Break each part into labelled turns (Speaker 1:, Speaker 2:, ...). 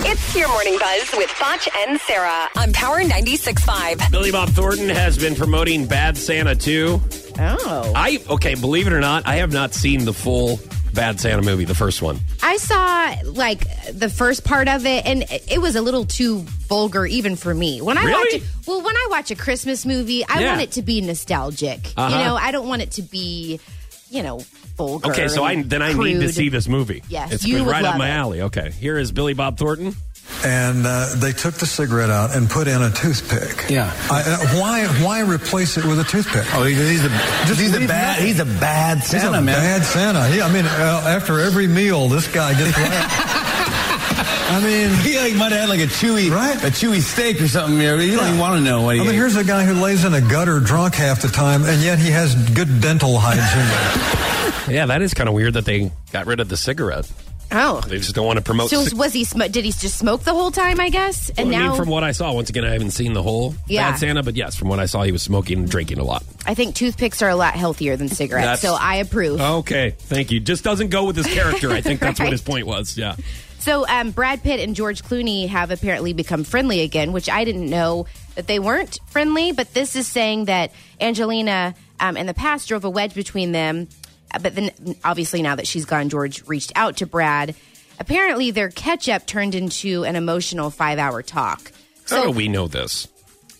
Speaker 1: It's your morning buzz with Foch and Sarah on Power 96.5.
Speaker 2: Billy Bob Thornton has been promoting Bad Santa 2.
Speaker 3: Oh.
Speaker 2: I okay, believe it or not, I have not seen the full Bad Santa movie, the first one.
Speaker 4: I saw like the first part of it, and it was a little too vulgar even for me. When I watch
Speaker 2: Really?
Speaker 4: it, well, when I watch a Christmas movie, I
Speaker 2: Yeah.
Speaker 4: want it to be nostalgic.
Speaker 2: Uh-huh.
Speaker 4: You know, I don't want it to be, you know, vulgar.
Speaker 2: Okay, so I
Speaker 4: and
Speaker 2: then I need to
Speaker 4: crude.
Speaker 2: see this movie.
Speaker 4: Yes,
Speaker 2: it's
Speaker 4: you
Speaker 2: been
Speaker 4: would
Speaker 2: right up
Speaker 4: love
Speaker 2: my
Speaker 4: it.
Speaker 2: alley. Okay, here is Billy Bob Thornton.
Speaker 5: and uh, they took the cigarette out and put in a toothpick.
Speaker 6: Yeah.
Speaker 5: I, uh, why? Why replace it with a toothpick?
Speaker 6: Oh, he- he's a
Speaker 5: Just
Speaker 6: he's a
Speaker 5: leave
Speaker 6: bad
Speaker 5: nothing.
Speaker 6: he's a bad
Speaker 5: He's
Speaker 6: Santa
Speaker 5: a
Speaker 6: man.
Speaker 5: bad Santa. Yeah, I mean, uh, after every meal, this guy gets. left. I mean,
Speaker 6: He like, might have had like a chewy
Speaker 5: Right.
Speaker 6: a chewy steak or something. You know, you don't even want to know what he.
Speaker 5: I mean,
Speaker 6: ate.
Speaker 5: here's a guy who lays in a gutter drunk half the time, and yet he has good dental hygiene.
Speaker 2: Yeah, that is kind of weird that they got rid of the cigarette.
Speaker 4: Oh.
Speaker 2: They just don't want to promote.
Speaker 4: So
Speaker 2: cig-
Speaker 4: was he? Sm- did he just smoke the whole time? I guess. And
Speaker 2: I mean,
Speaker 4: now
Speaker 2: from what I saw, once again, I haven't seen the whole
Speaker 4: Yeah.
Speaker 2: Bad Santa, but yes, from what I saw, he was smoking and drinking a lot.
Speaker 4: I think toothpicks are a lot healthier than cigarettes.
Speaker 2: That's-
Speaker 4: So I approve.
Speaker 2: Okay, thank you. Just doesn't go with his character. I think that's what his
Speaker 4: Right.
Speaker 2: point was. Yeah.
Speaker 4: So um, Brad Pitt and George Clooney have apparently become friendly again, which I didn't know that they weren't friendly. But this is saying that Angelina um, in the past drove a wedge between them. uh, But then, obviously, now that she's gone, George reached out to Brad. Apparently, their catch up turned into an emotional five hour talk.
Speaker 2: How do we know this?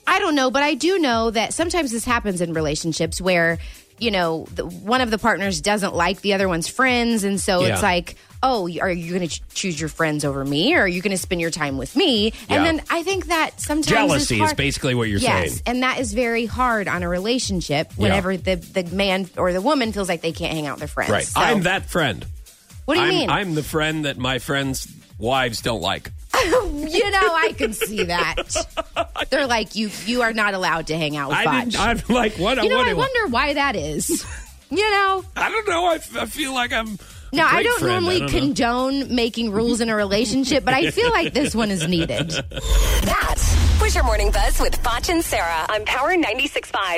Speaker 4: I don't know, but I do know that sometimes this happens in relationships where, you know, the, one of the partners doesn't like the other one's friends. And so
Speaker 2: Yeah.
Speaker 4: it's like, oh, y- are you going to choose your friends over me or are you going to spend your time with me?
Speaker 2: Yeah.
Speaker 4: And then I think that sometimes is
Speaker 2: Jealousy is
Speaker 4: hard.
Speaker 2: basically what you're
Speaker 4: yes,
Speaker 2: saying.
Speaker 4: And that is very hard on a relationship whenever the, the man or the woman feels like they can't hang out with their friends.
Speaker 2: Right.
Speaker 4: So-
Speaker 2: I'm that friend.
Speaker 4: What do you
Speaker 2: I'm,
Speaker 4: mean?
Speaker 2: I'm the friend that my friends' wives don't like.
Speaker 4: you know, I can see that. They're like, you you are not allowed to hang out with
Speaker 2: I didn't,
Speaker 4: Botch.
Speaker 2: I'm like, what?
Speaker 4: You know,
Speaker 2: what
Speaker 4: I
Speaker 2: do-
Speaker 4: wonder why that is. You know,
Speaker 2: I don't know. I, f- I feel like I'm.
Speaker 4: No,
Speaker 2: a
Speaker 4: I
Speaker 2: great
Speaker 4: don't
Speaker 2: friend.
Speaker 4: normally
Speaker 2: I don't know.
Speaker 4: condone making rules in a relationship, but I feel like this one is needed.
Speaker 1: That was your morning buzz with Foch and Sarah on Power 96.5.